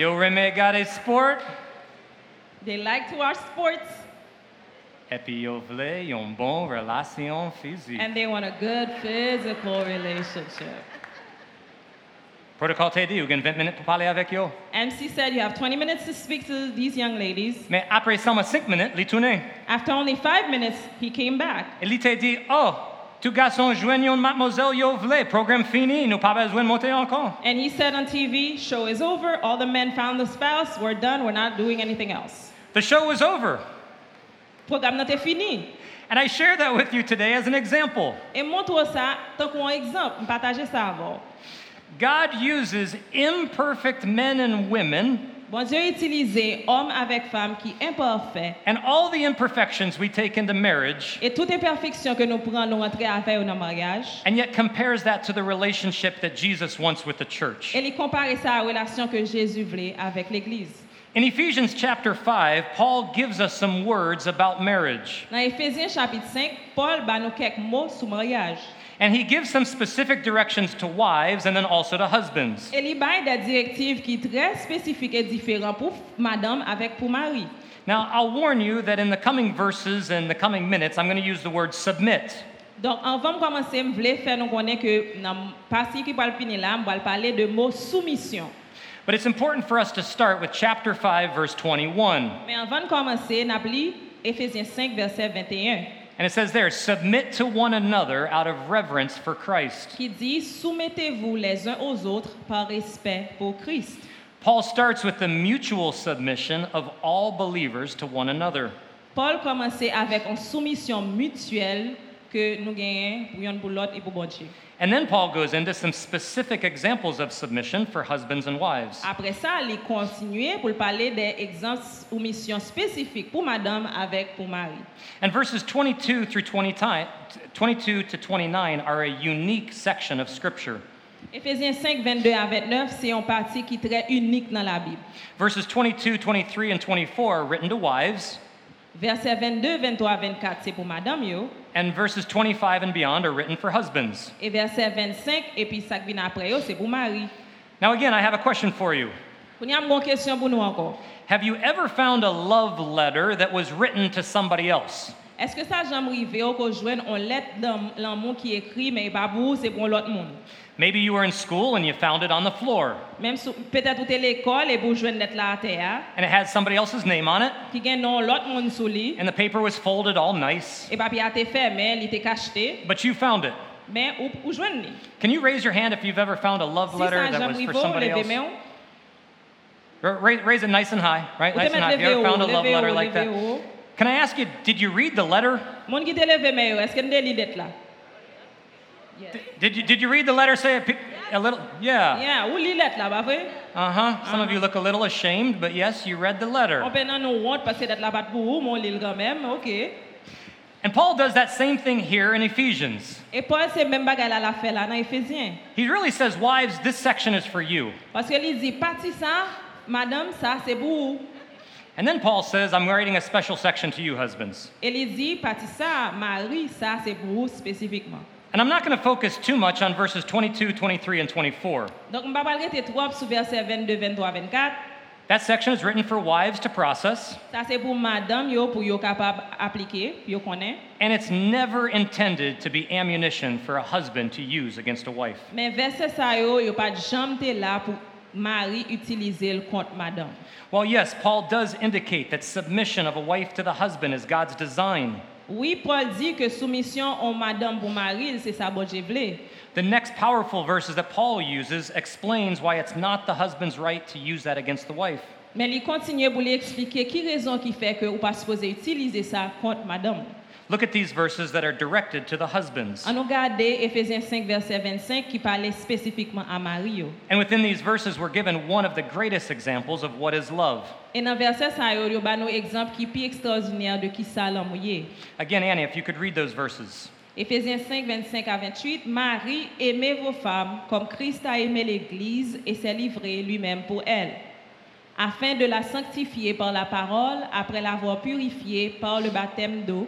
S2: Yo remet garder sport.
S3: They like to watch sports.
S2: Et puis, ils voulaient une bonne relation physique.
S3: and they want a good physical relationship.
S2: Protocole t'a dit, vous avez 20 minutes pour parler avec eux.
S3: MC said you have 20 minutes to speak to these young ladies.
S2: Mais après seulement 5 minutes, il tournait.
S3: After only five minutes, he came back.
S2: Et il t'a dit, oh, tous garçons joignent une mademoiselle, ils voulaient. Programme fini, nous pas besoin de monter encore.
S3: And he said on TV, show is over, all the men found the spouse, we're done, we're not doing anything else.
S2: The show was over.
S3: Program nan te fini.
S2: And I share that with you today as an example.
S3: E montre sa, tan kon ekzamp, m pataje sa avon.
S2: God uses imperfect men and women
S3: Bon Dieu utilize om avek fam ki imparfait.
S2: and all the imperfections we take into marriage,
S3: Et toute imperfection que nou pran nou rentre a fè ou nan mariage,
S2: and yet compares that to the relationship that Jesus wants with the church.
S3: e li kompare sa a relasyon ke Jésus vle avek l'Eglise.
S2: In Ephesians chapter 5, Paul gives us some words about marriage,
S3: Nan Efesien chapit 5, Paul ba nou kek mò sou mariage.
S2: and he gives some specific directions to wives and then also to husbands.
S3: E li bay de direktiv ki tre spesifik e diferan pou madame avek pou mari.
S2: Now, I'll warn you that in the coming verses and the coming minutes, I'm going to use the word submit.
S3: Donk anvan m komanse m vle fè nou konen ke nan pasi ki pal pini la, m pal pale de mò soumisyon.
S2: But it's important for us to start with chapter 5, verse 21.
S3: Men anvan komanse, nap li Efesien 5, verset 21,
S2: And it says there, submit to one another out of reverence for Christ.
S3: ki di, soumettez-vous les uns aux autres par respect pour Christ.
S2: Paul starts with the mutual submission of all believers to one another.
S3: Paul komanse avèk an soumisyon mutuel ke nou genyen pou yon pou lot e pou bodje.
S2: And then Paul goes into some specific examples of submission for husbands and wives.
S3: Apre sa, li kontinue pou l pale de egzans ou misyon spesifik pou madame avèk pou mari.
S2: And verses 22 through 20 ti- 22 to 29 are a unique section of scripture.
S3: Efesien 5, 22 à 29, c'est un parti qui est très unique dans la Bible.
S2: Verses 22, 23, and 24 are written to wives,
S3: Verset 22, 23, 24, c'est pour madame yo.
S2: and verses 25 and beyond are written for husbands.
S3: Et verset 25, et puis ça qui vient après yo, c'est pour mari.
S2: Now, again, I have a question for you.
S3: Pour nous, une question pour nous encore.
S2: Have you ever found a love letter that was written to somebody else?
S3: Est-ce que ça, j'aime arriver au qu'on joigne une lettre dans l'amour qui écrit, mais pas pour vous, c'est pour l'autre monde?
S2: Maybe you were in school and you found it on the floor
S3: Même si peut-être vous êtes l'école et vous joignez une lettre là à terre,
S2: and it had somebody else's name on it
S3: qui gagne non l'autre monde sous lui,
S2: and the paper was folded all nice,
S3: et papier ben, a été fermé, il était cacheté,
S2: but you found it.
S3: mais où, où joignez
S2: Can you raise your hand if you've ever found a love
S3: Si
S2: letter
S3: ça,
S2: that was for
S3: j'aime arriver, vous
S2: somebody
S3: levez
S2: else?
S3: main.
S2: Ra- Raise, raise it nice and high, right?
S3: Ou
S2: Nice
S3: te
S2: and high. Have
S3: mettre
S2: you ever
S3: levé
S2: found a
S3: haut,
S2: love
S3: levé
S2: letter
S3: haut,
S2: like
S3: levé
S2: that?
S3: haut.
S2: Can I ask you, did you read the letter?
S3: Moun ki te leve men yo, eske nou de li det la?
S2: D- Did you, did you read the letter? Say a, pe- a little, yeah.
S3: Yeah, ou li let la, ba vre?
S2: Uh huh. Some of you look a little ashamed, but yes, you read the
S3: On
S2: letter.
S3: pe nan nou wot, paske det la pat pou ou, moun li l gamem, ok.
S2: And Paul does that same thing here in Ephesians.
S3: E Paul se men bagay la la fe la nan Efesien.
S2: He really says, Wives, this section is for you.
S3: Paske li di, pati sa, madame sa, se pou ou.
S2: And then Paul says, I'm writing a special section to you, husbands.
S3: E li di, pati sa, mari sa, se pou ou spesifikman.
S2: And I'm not going to focus too much on verses 22, 23, and 24.
S3: Donk mba pal rete trop sou verset 22, 23, 24.
S2: That section is written for wives to process,
S3: Sa se pou madame yo pou yo kapab aplike, pou yo konen.
S2: and it's never intended to be ammunition for a husband to use against a wife.
S3: Men verset sa yo, yo pat jam te la pou mari utilize l kont madame.
S2: While, yes, Paul does indicate that submission of a wife to the husband is God's design,
S3: Oui, Paul dit que soumission en madame pour mari, c'est ça bon Dieu voulait.
S2: the next powerful verses that Paul uses explains why it's not the husband's right to use that against the wife.
S3: Mais il continue pour lui expliquer qui raison qui fait que ou pas supposé utiliser ça contre madame.
S2: Look at these verses that are directed to the husbands.
S3: On nous regarde Ephésiens 5 verset 25 qui parlait spécifiquement à Marie. yo.
S2: And within these verses, we're given one of the greatest examples of what is love.
S3: Et dans verset ça yo, yo ba nous exemple qui plus extraordinaire de qui ça l'emmouillé.
S2: Again, Annie, if you could read those verses.
S3: Ephésiens 5 25 à 28 Marie aimez vos femmes comme Christ a aimé l'église et s'est livré lui-même pour elle. afin de la sanctifier par la parole, après l'avoir purifiée par le baptême d'eau,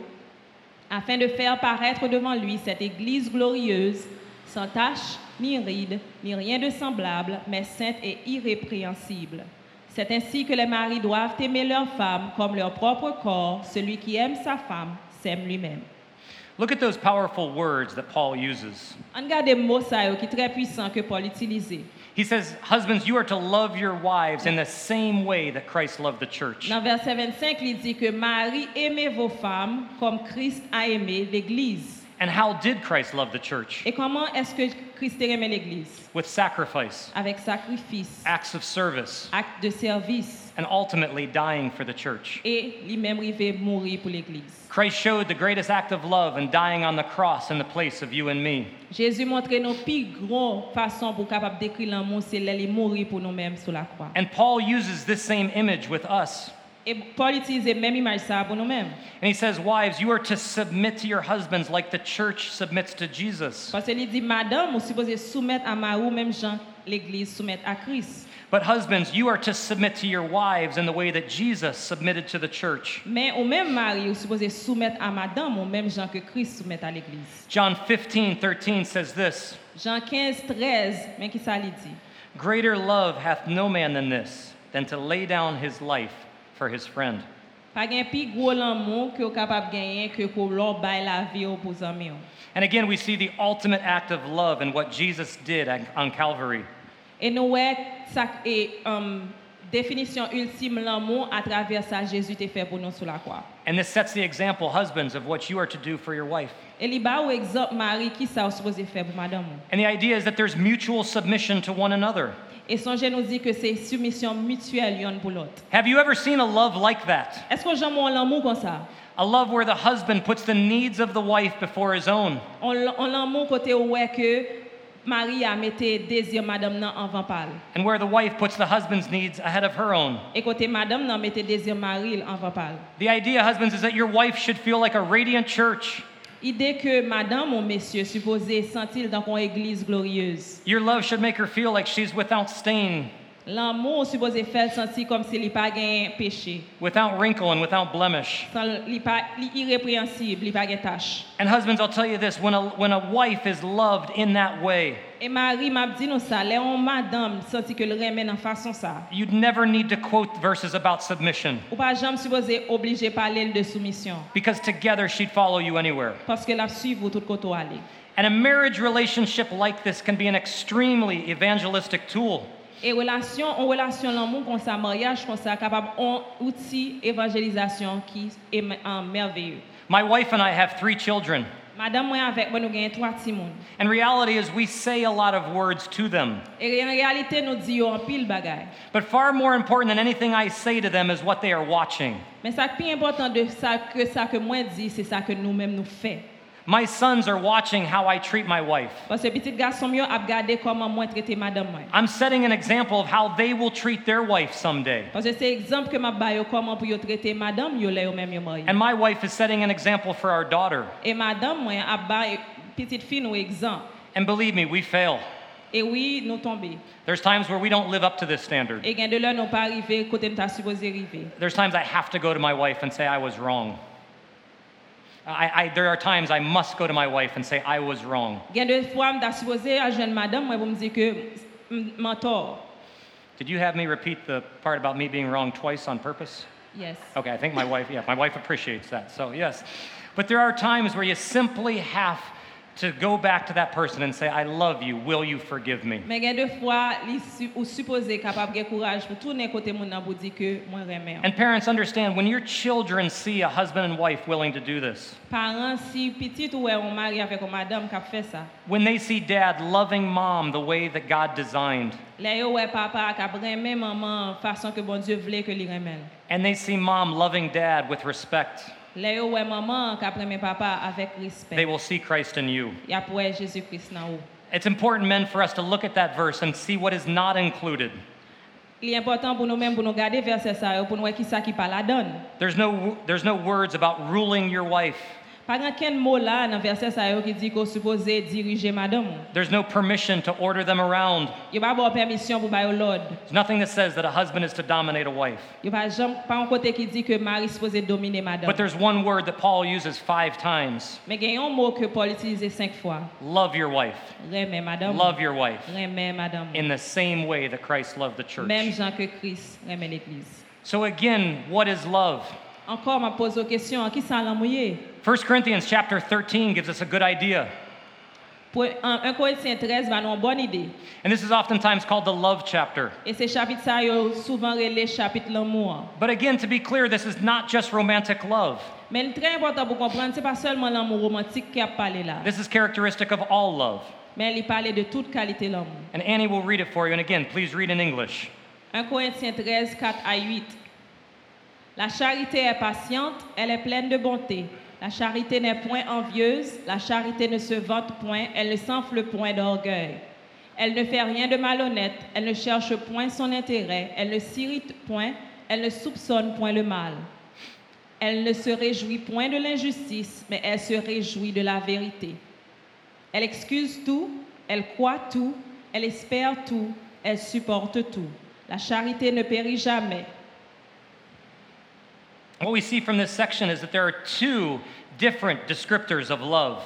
S3: afin de faire paraître devant lui cette Église glorieuse, sans tache, ni ride, ni rien de semblable, mais sainte et irrépréhensible. C'est ainsi que les maris doivent aimer leurs femmes comme leur propre corps. Celui qui aime sa femme s'aime lui-même.
S2: Look at those powerful words that Paul uses.
S3: Regardez mot ça yo, qui est très puissant que Paul utilise.
S2: He says, Husbands, you are to love your wives in the same way that Christ loved the church.
S3: Dans verset 25, il dit que Marie aimez vos femmes comme Christ a aimé l'Église.
S2: And how did Christ love the church?
S3: Et comment est-ce que Christ a aimé l'Église
S2: With sacrifice,
S3: Avec sacrifice,
S2: acts of service,
S3: acte de service,
S2: and ultimately dying for the church.
S3: et lui-même il veut mourir pour l'Église.
S2: Christ showed the greatest act of love in dying on the cross in the place of you and me.
S3: Jésus montre nos plus grandes façons pour capable décrire l'amour, c'est l'aller mourir pour nous-mêmes sur la croix.
S2: And Paul uses this same image with us.
S3: Et Paul utilise même image ça pour nous-mêmes.
S2: And he says, Wives, you are to submit to your husbands like the church submits to Jesus.
S3: Parce qu'il dit, Madame, vous supposez soumettre à Marou, même Jean, l'Église soumettre à Christ.
S2: But husbands, you are to submit to your wives in the way that Jesus submitted to the church.
S3: Mais au même mari, vous supposez soumettre à Madame, au même Jean que Christ soumettre à l'Église.
S2: John 15, 13 says this
S3: Jean 15, 13, mais qui ça lui dit?
S2: Greater love hath no man than this, than to lay down his life for his friend.
S3: Pas un plus gros l'amour que vous capable de gagner que pour leur bail la vie ou pour amis. ou.
S2: And again, we see the ultimate act of love in what Jesus did on on Calvary.
S3: Et nous voyons ça et um, définition ultime l'amour à travers ça Jésus t'a fait pour nous sur la croix.
S2: And this sets the example, husbands, of what you are to do for your wife.
S3: Et il y a un exemple Marie qui ça vous supposez faire pour Madame. ou.
S2: And the idea is that there's mutual submission to one another.
S3: Et songez nous dit que c'est soumission mutuelle l'un pour l'autre.
S2: Have you ever seen a love like that?
S3: Est-ce que j'aime l'amour comme ça?
S2: A love where the husband puts the needs of the wife before his own.
S3: On l- on l'amour côté ouais que Marie a metté désir madame nan en avant parle.
S2: and where the wife puts the husband's needs ahead of her own.
S3: Et côté madame nan mettait désir Marie en avant parle.
S2: The idea, husbands, is that your wife should feel like a radiant church.
S3: Idée que madame ou messieurs supposé sentir dans une église glorieuse.
S2: Your love should make her feel like she's without stain,
S3: L'amour supposé faire sentir comme s'il n'y pas gain péché,
S2: without wrinkle, and without blemish.
S3: sans li pas li irrépréhensible, il pas gain tâche.
S2: And husbands, I'll tell you this when a, when a wife is loved in that way,
S3: Et Marie m'a dit nous ça, les on madame senti que le remède en façon ça.
S2: you'd never need to quote verses about submission
S3: Ou pas jamais supposé obligé parler de soumission
S2: because together she'd follow you anywhere.
S3: parce que la suivre tout côté où aller.
S2: And a marriage relationship like this can be an extremely evangelistic tool.
S3: Et relation, en relation l'amour comme ça, mariage comme ça, capable un outil évangélisation qui est m- en merveilleux.
S2: My wife and I have three children.
S3: Madame moi avec moi nous gagnons trois petits monde.
S2: And reality is, we say a lot of words to them.
S3: Et en réalité nous disons en pile bagaille.
S2: But far more important than anything I say to them is what they are watching.
S3: Mais ça qui est important de ça que ça que moi dis, c'est ça que nous-mêmes nous fait.
S2: My sons are watching how I treat my wife.
S3: Parce que petit garçon yo a regardé comment moi traiter madame moi.
S2: I'm setting an example of how they will treat their wife someday.
S3: Parce que c'est exemple que m'a baillé comment pour yo traiter madame yo là yo même yo marié.
S2: And my wife is setting an example for our daughter.
S3: Et madame moi a baillé petite fille nous exemple.
S2: And believe me, we fail.
S3: Et oui, nous tomber.
S2: There's times where we don't live up to this standard.
S3: Et gain de là nous pas arrivé côté nous t'a supposé arriver.
S2: There's times I have to go to my wife and say I was wrong. I, I, there are times I must go to my wife and say I was wrong.
S3: Gen de fwa m da supposé à jeune madame moi pour me dire que m mentor.
S2: Did you have me repeat the part about me being wrong twice on purpose?
S3: Yes.
S2: Okay, I think my wife, yeah, my wife appreciates that. So, yes. But there are times where you simply have to go back to that person and say, I love you. Will you forgive me?
S3: Mais gen de fois li su, ou supposé capable gen courage pour tourner côté mon nan pour dire que moi remè.
S2: And parents, understand when your children see a husband and wife willing to do this,
S3: Parents si petit ou ouais, on mari avec une madame qui fait ça.
S2: when they see dad loving mom the way that God designed,
S3: Là yo ouais papa qui remè maman façon que bon Dieu voulait que li remè.
S2: and they see mom loving dad with respect,
S3: Là yo ouais maman qui remè papa avec
S2: they
S3: respect.
S2: will see Christ in you.
S3: Y a pour Jésus-Christ nan ou.
S2: It's important, men, for us to look at that verse and see what is not included.
S3: Il est important pour nous-mêmes pour nous garder verset ça yo, pour nous voir qui ça qui pas la donne.
S2: There's no, there's no words about ruling your wife.
S3: Pas grand ken mot là dans verset ça yo qui dit qu'on supposé diriger madame.
S2: There's no permission to order them around.
S3: Il pas avoir permission pour bailler l'ordre.
S2: There's nothing that says that a husband is to dominate a wife.
S3: Il pas jamais pas un côté qui dit que Marie supposé dominer madame.
S2: But there's one word that Paul uses five times
S3: Mais il y a un mot que Paul utilisé cinq fois.
S2: love your wife.
S3: Remet madame.
S2: Love your wife
S3: Remet madame.
S2: in the same way that Christ loved the church.
S3: Même Jean que Christ remet l'église.
S2: So, again, what is love?
S3: Encore m'a pose aux questions qui ça l'emmouiller?
S2: 1 Corinthians chapter 13 gives us a good idea.
S3: Pour 1 Corinthiens 13 va nous en bonne idée.
S2: And this is oftentimes called the love chapter.
S3: Et ce chapitre ça yo souvent relé chapitre l'amour.
S2: But again, to be clear, this is not just romantic love.
S3: Mais le très important pour comprendre, c'est pas seulement l'amour romantique qui a parlé là,
S2: This is characteristic of all love.
S3: mais il parlait de toute qualité l'amour.
S2: And Annie will read it for you. And again, please read in English.
S3: 1 Corinthiens 13, 4 à 8. La charité est patiente, elle est pleine de bonté. La charité n'est point envieuse, la charité ne se vante point, elle ne s'enfle point d'orgueil. Elle ne fait rien de malhonnête, elle ne cherche point son intérêt, elle ne s'irrite point, elle ne soupçonne point le mal. Elle ne se réjouit point de l'injustice, mais elle se réjouit de la vérité. Elle excuse tout, elle croit tout, elle espère tout, elle supporte tout. La charité ne périt jamais.
S2: What we see from this section is that there are two different descriptors of love.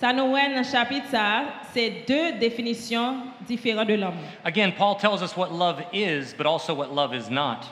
S3: Ça nous mène dans le chapitre ça, c'est deux définitions différentes de l'amour.
S2: Again, Paul tells us what love is, but also what love is not.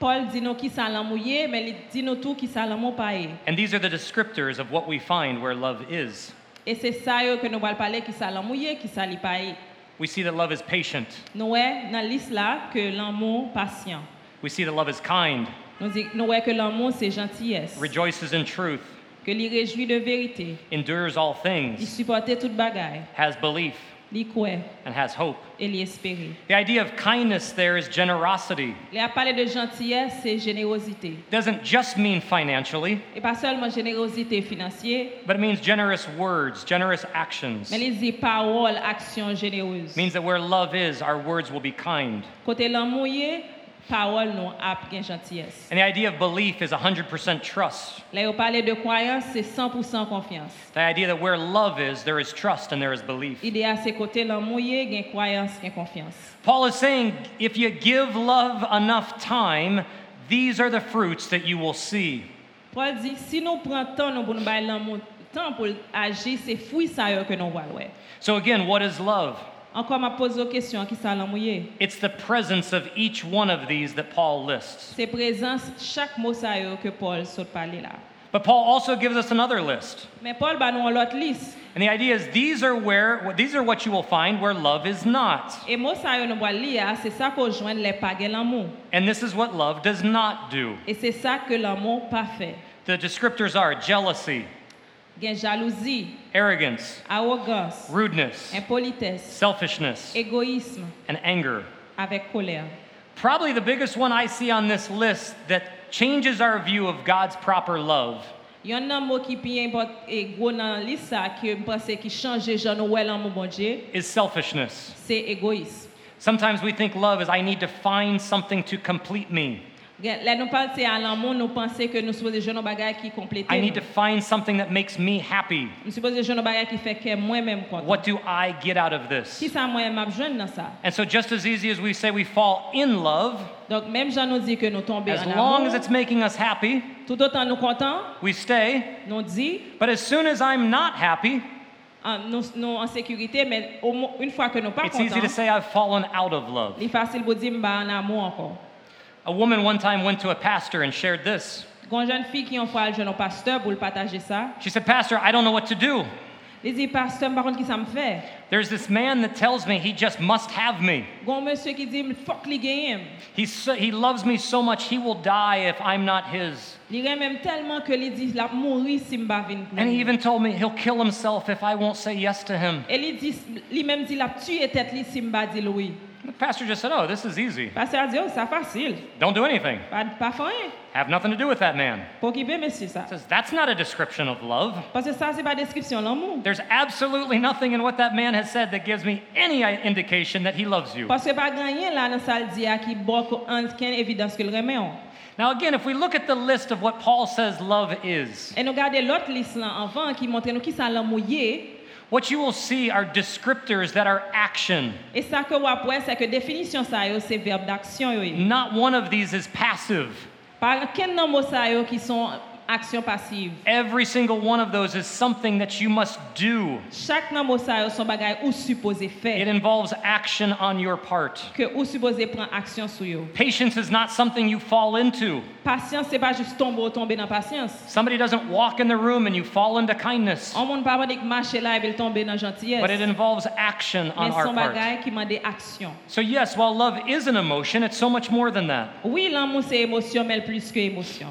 S3: Paul dit nous qui ça l'amour y est, mais il dit nous tout qui ça l'amour pas y est.
S2: And these are the descriptors of what we find where love is.
S3: Et c'est ça yo que nous allons parler qui ça l'amour y est, qui ça l'y pas y est.
S2: We see that love is patient.
S3: Nous voyons dans liste là que l'amour patient.
S2: We see that love is kind,
S3: Nous dit nous voyons que l'amour c'est gentillesse,
S2: rejoices in truth,
S3: que l'y réjouit de vérité,
S2: endures all
S3: il
S2: things,
S3: supporte toute bagaille,
S2: has belief,
S3: l'y croit
S2: and has hope.
S3: et l'y espérer.
S2: The idea of kindness there is generosity.
S3: Il a parlé de gentillesse et générosité.
S2: It doesn't just mean financially,
S3: Et pas seulement générosité financière,
S2: but it means generous words, generous actions.
S3: mais il dit parole, action généreuse.
S2: means that where love is, our words will be kind.
S3: Côté l'amour, y est, parole non ap gen gentillesse.
S2: And the idea of belief is 100% trust.
S3: Là, il parle de croyance, c'est 100% confiance.
S2: The idea that where love is, there is trust and there is belief.
S3: Idéal, c'est côté l'amour, y est, gen croyance, gen confiance.
S2: Paul is saying if you give love enough time, these are the fruits that you will see.
S3: Paul dit, si nous prenons temps nous pour nous bailler l'amour, temps pour agir, c'est fouille ça yo que nous voit. ouais.
S2: So, again, what is love?
S3: Encore, m'a pose la question, qui ça l'amour, y est?
S2: It's the presence of each one of these that Paul lists.
S3: C'est présence, chaque mot ça yo que Paul saute parler là.
S2: But Paul also gives us another list.
S3: Mais Paul, bah, nous, on l'autre liste.
S2: And the idea is these are where these are what you will find where love is not.
S3: Et moi, ça, yo, nous va lire, hein. c'est ça qu'on joint les pagaies l'amour.
S2: And this is what love does not do.
S3: Et c'est ça que l'amour pas fait.
S2: The descriptors are jealousy,
S3: Gain jalousie,
S2: arrogance,
S3: arrogance,
S2: rudeness,
S3: impolitesse,
S2: selfishness,
S3: égoïsme,
S2: and anger.
S3: avec colère.
S2: Probably the biggest one I see on this list that changes our view of God's proper love
S3: Il y a un mot qui est gros dans la liste ça, que je pense qui change les gens ouais l'amour bon Dieu,
S2: is selfishness.
S3: c'est égoïsme.
S2: Sometimes we think love is I need to find something to complete me.
S3: Gen- Là, nous pensons à l'amour, nous pensons que nous sommes des jeunes bagages qui complètent.
S2: I need to
S3: Nous
S2: find something that makes me happy.
S3: Nous sommes des jeunes bagages qui fait que moi-même content.
S2: What do I get out of this?
S3: Si ça moi m'a besoin dans ça.
S2: And so, just as easy as we say we fall in love,
S3: Donc même Jean nous dit que nous tombons
S2: as
S3: en
S2: long
S3: amour,
S2: as it's making us happy,
S3: tout autant nous contents,
S2: we stay.
S3: nous dit
S2: But as soon as I'm not happy,
S3: en- nous, nous en sécurité, mais au moins, une fois que nous pas
S2: it's easy to
S3: contents,
S2: say I've fallen out of love.
S3: il est facile de dire bah en amour encore.
S2: A woman one time went to a pastor and shared this.
S3: Quand jeune fille qui ont parlé jeune pasteur pour le partager ça,
S2: She said, Pastor, I don't know what to do.
S3: il dit pasteur par contre qui ça me fait.
S2: There's this man that tells me he just must have me.
S3: Gon monsieur qui dit fuck les gagne.
S2: He's so, he loves me so much, he will die if I'm not his.
S3: Il aime même tellement que il dit la mourir si m'pas vinn pour.
S2: And he
S3: lui.
S2: even told me he'll kill himself if I won't say yes to him.
S3: Et il dit lui même dit la tuer tête lui si m'pas dit oui.
S2: The pastor just said, Oh, this is easy.
S3: Pasteur dit, oh, ça facile.
S2: Don't do anything.
S3: Pas, pas fait rien.
S2: Have nothing to do with that man.
S3: Pour qui veut, monsieur, ça.
S2: Says, That's not a description of love.
S3: Parce que ça, c'est pas description de l'amour.
S2: There's absolutely nothing in what that man has said that gives me any indication that he loves you.
S3: Parce que pas gagné là dans ça le dit à qui beaucoup aucune évidence que le remet. on.
S2: Now, again, if we look at the list of what Paul says love is,
S3: Et nous garder l'autre liste là avant qui montre nous qui ça l'amour y est.
S2: what you will see are descripteurs that are action.
S3: Et ça que vous après c'est que définition ça yo, c'est verbe d'action yo. est.
S2: Not one of these is passive.
S3: Pas aucun nan mot ça yo qui sont action passive.
S2: Every single one of those is something that you must do.
S3: Chaque nan mot ça yo son bagay ou supposé
S2: It
S3: faire
S2: involves action on your part.
S3: que ou supposé prendre action sur yo.
S2: Patience is not something you fall into.
S3: Patience c'est pas juste tomber ou tomber dans patience.
S2: Somebody doesn't walk in the room and you fall into kindness,
S3: On monde pas de marcher là et puis tomber dans gentillesse.
S2: but it involves action on
S3: mais
S2: our
S3: son
S2: part.
S3: bagay qui demande action.
S2: So, yes, while love is an emotion, it's so much more than that.
S3: Oui, l'amour c'est émotion, mais plus que émotion.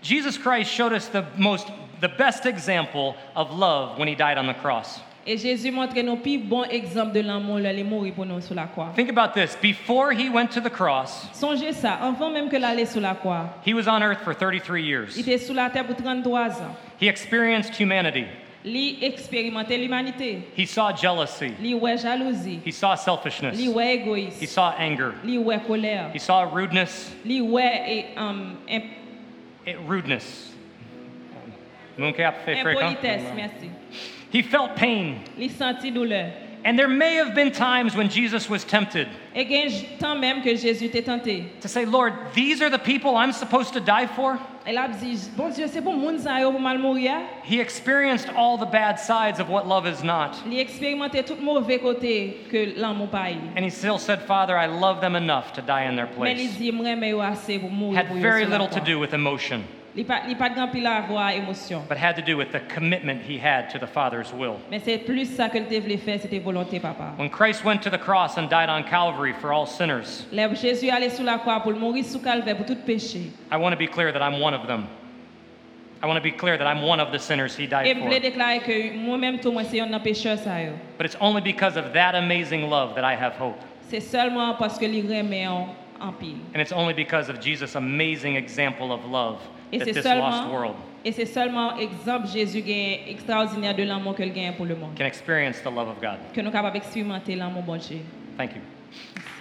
S2: Jesus Christ showed us the most the best example of love when he died on the cross.
S3: Et Jésus montre nos plus bon exemple de l'amour, là, il est mort pour nous sur la croix.
S2: Think about this. Before he went to the cross,
S3: Songez ça, avant même que l'aller sur la croix,
S2: he was on earth for 33 years.
S3: il était sous la terre pour 33 ans.
S2: He experienced humanity.
S3: Il expérimentait l'humanité.
S2: He saw jealousy.
S3: Il ouais jalousie.
S2: He saw
S3: Il
S2: selfishness.
S3: ouais
S2: He
S3: égoïsme.
S2: saw anger.
S3: Il ouais colère.
S2: He saw rudeness.
S3: Il ouais et, um, imp-
S2: eh, rudeness. Nunca ia fe-
S3: impolitesse,
S2: freca.
S3: merci.
S2: He felt pain.
S3: Il sentit douleur.
S2: And there may have been times when Jesus was tempted
S3: Et il y a un temps même que Jésus était tenté.
S2: to say, Lord, these are the people I'm supposed to die for.
S3: Et là, il dit, bon Dieu, c'est pour moun ça yo pour mal mourir.
S2: He experienced all the bad sides of what love is not.
S3: Il expérimentait tout mauvais côté que l'amour pas eu.
S2: And he still said, Father, I love them enough to die in their
S3: Mais il
S2: place.
S3: dit, moi, mais yo assez pour mourir
S2: Had
S3: pour yo
S2: very
S3: sur la
S2: little to
S3: croix.
S2: do with emotion,
S3: Il pas il pas de grand pile à avoir émotion.
S2: but had to do with the commitment he had to the Father's will.
S3: Mais c'est plus ça que tu voulais faire, c'était volonté, papa.
S2: When Christ went to the cross and died on Calvary for all sinners,
S3: Là, Jésus allait sur la croix pour mourir sous calvaire pour tout péché.
S2: I want to be clear that I'm one of them. I want to be clear that I'm one of the sinners he
S3: Et
S2: died
S3: je voulais
S2: for.
S3: déclarer que moi-même, tout moi, c'est un des pécheurs, ça. yo.
S2: But it's only because of that amazing love that I have hope.
S3: C'est seulement parce que il remet en, en pile.
S2: And it's only because of Jesus' amazing example of love
S3: Et
S2: that
S3: c'est
S2: this
S3: seulement,
S2: lost world
S3: et c'est seulement exemple Jésus gagne extraordinaire de l'amour qu'il gagne pour le monde.
S2: can experience the love of God.
S3: Que nous sommes capables d'expérimenter l'amour bon Dieu.
S2: Thank you.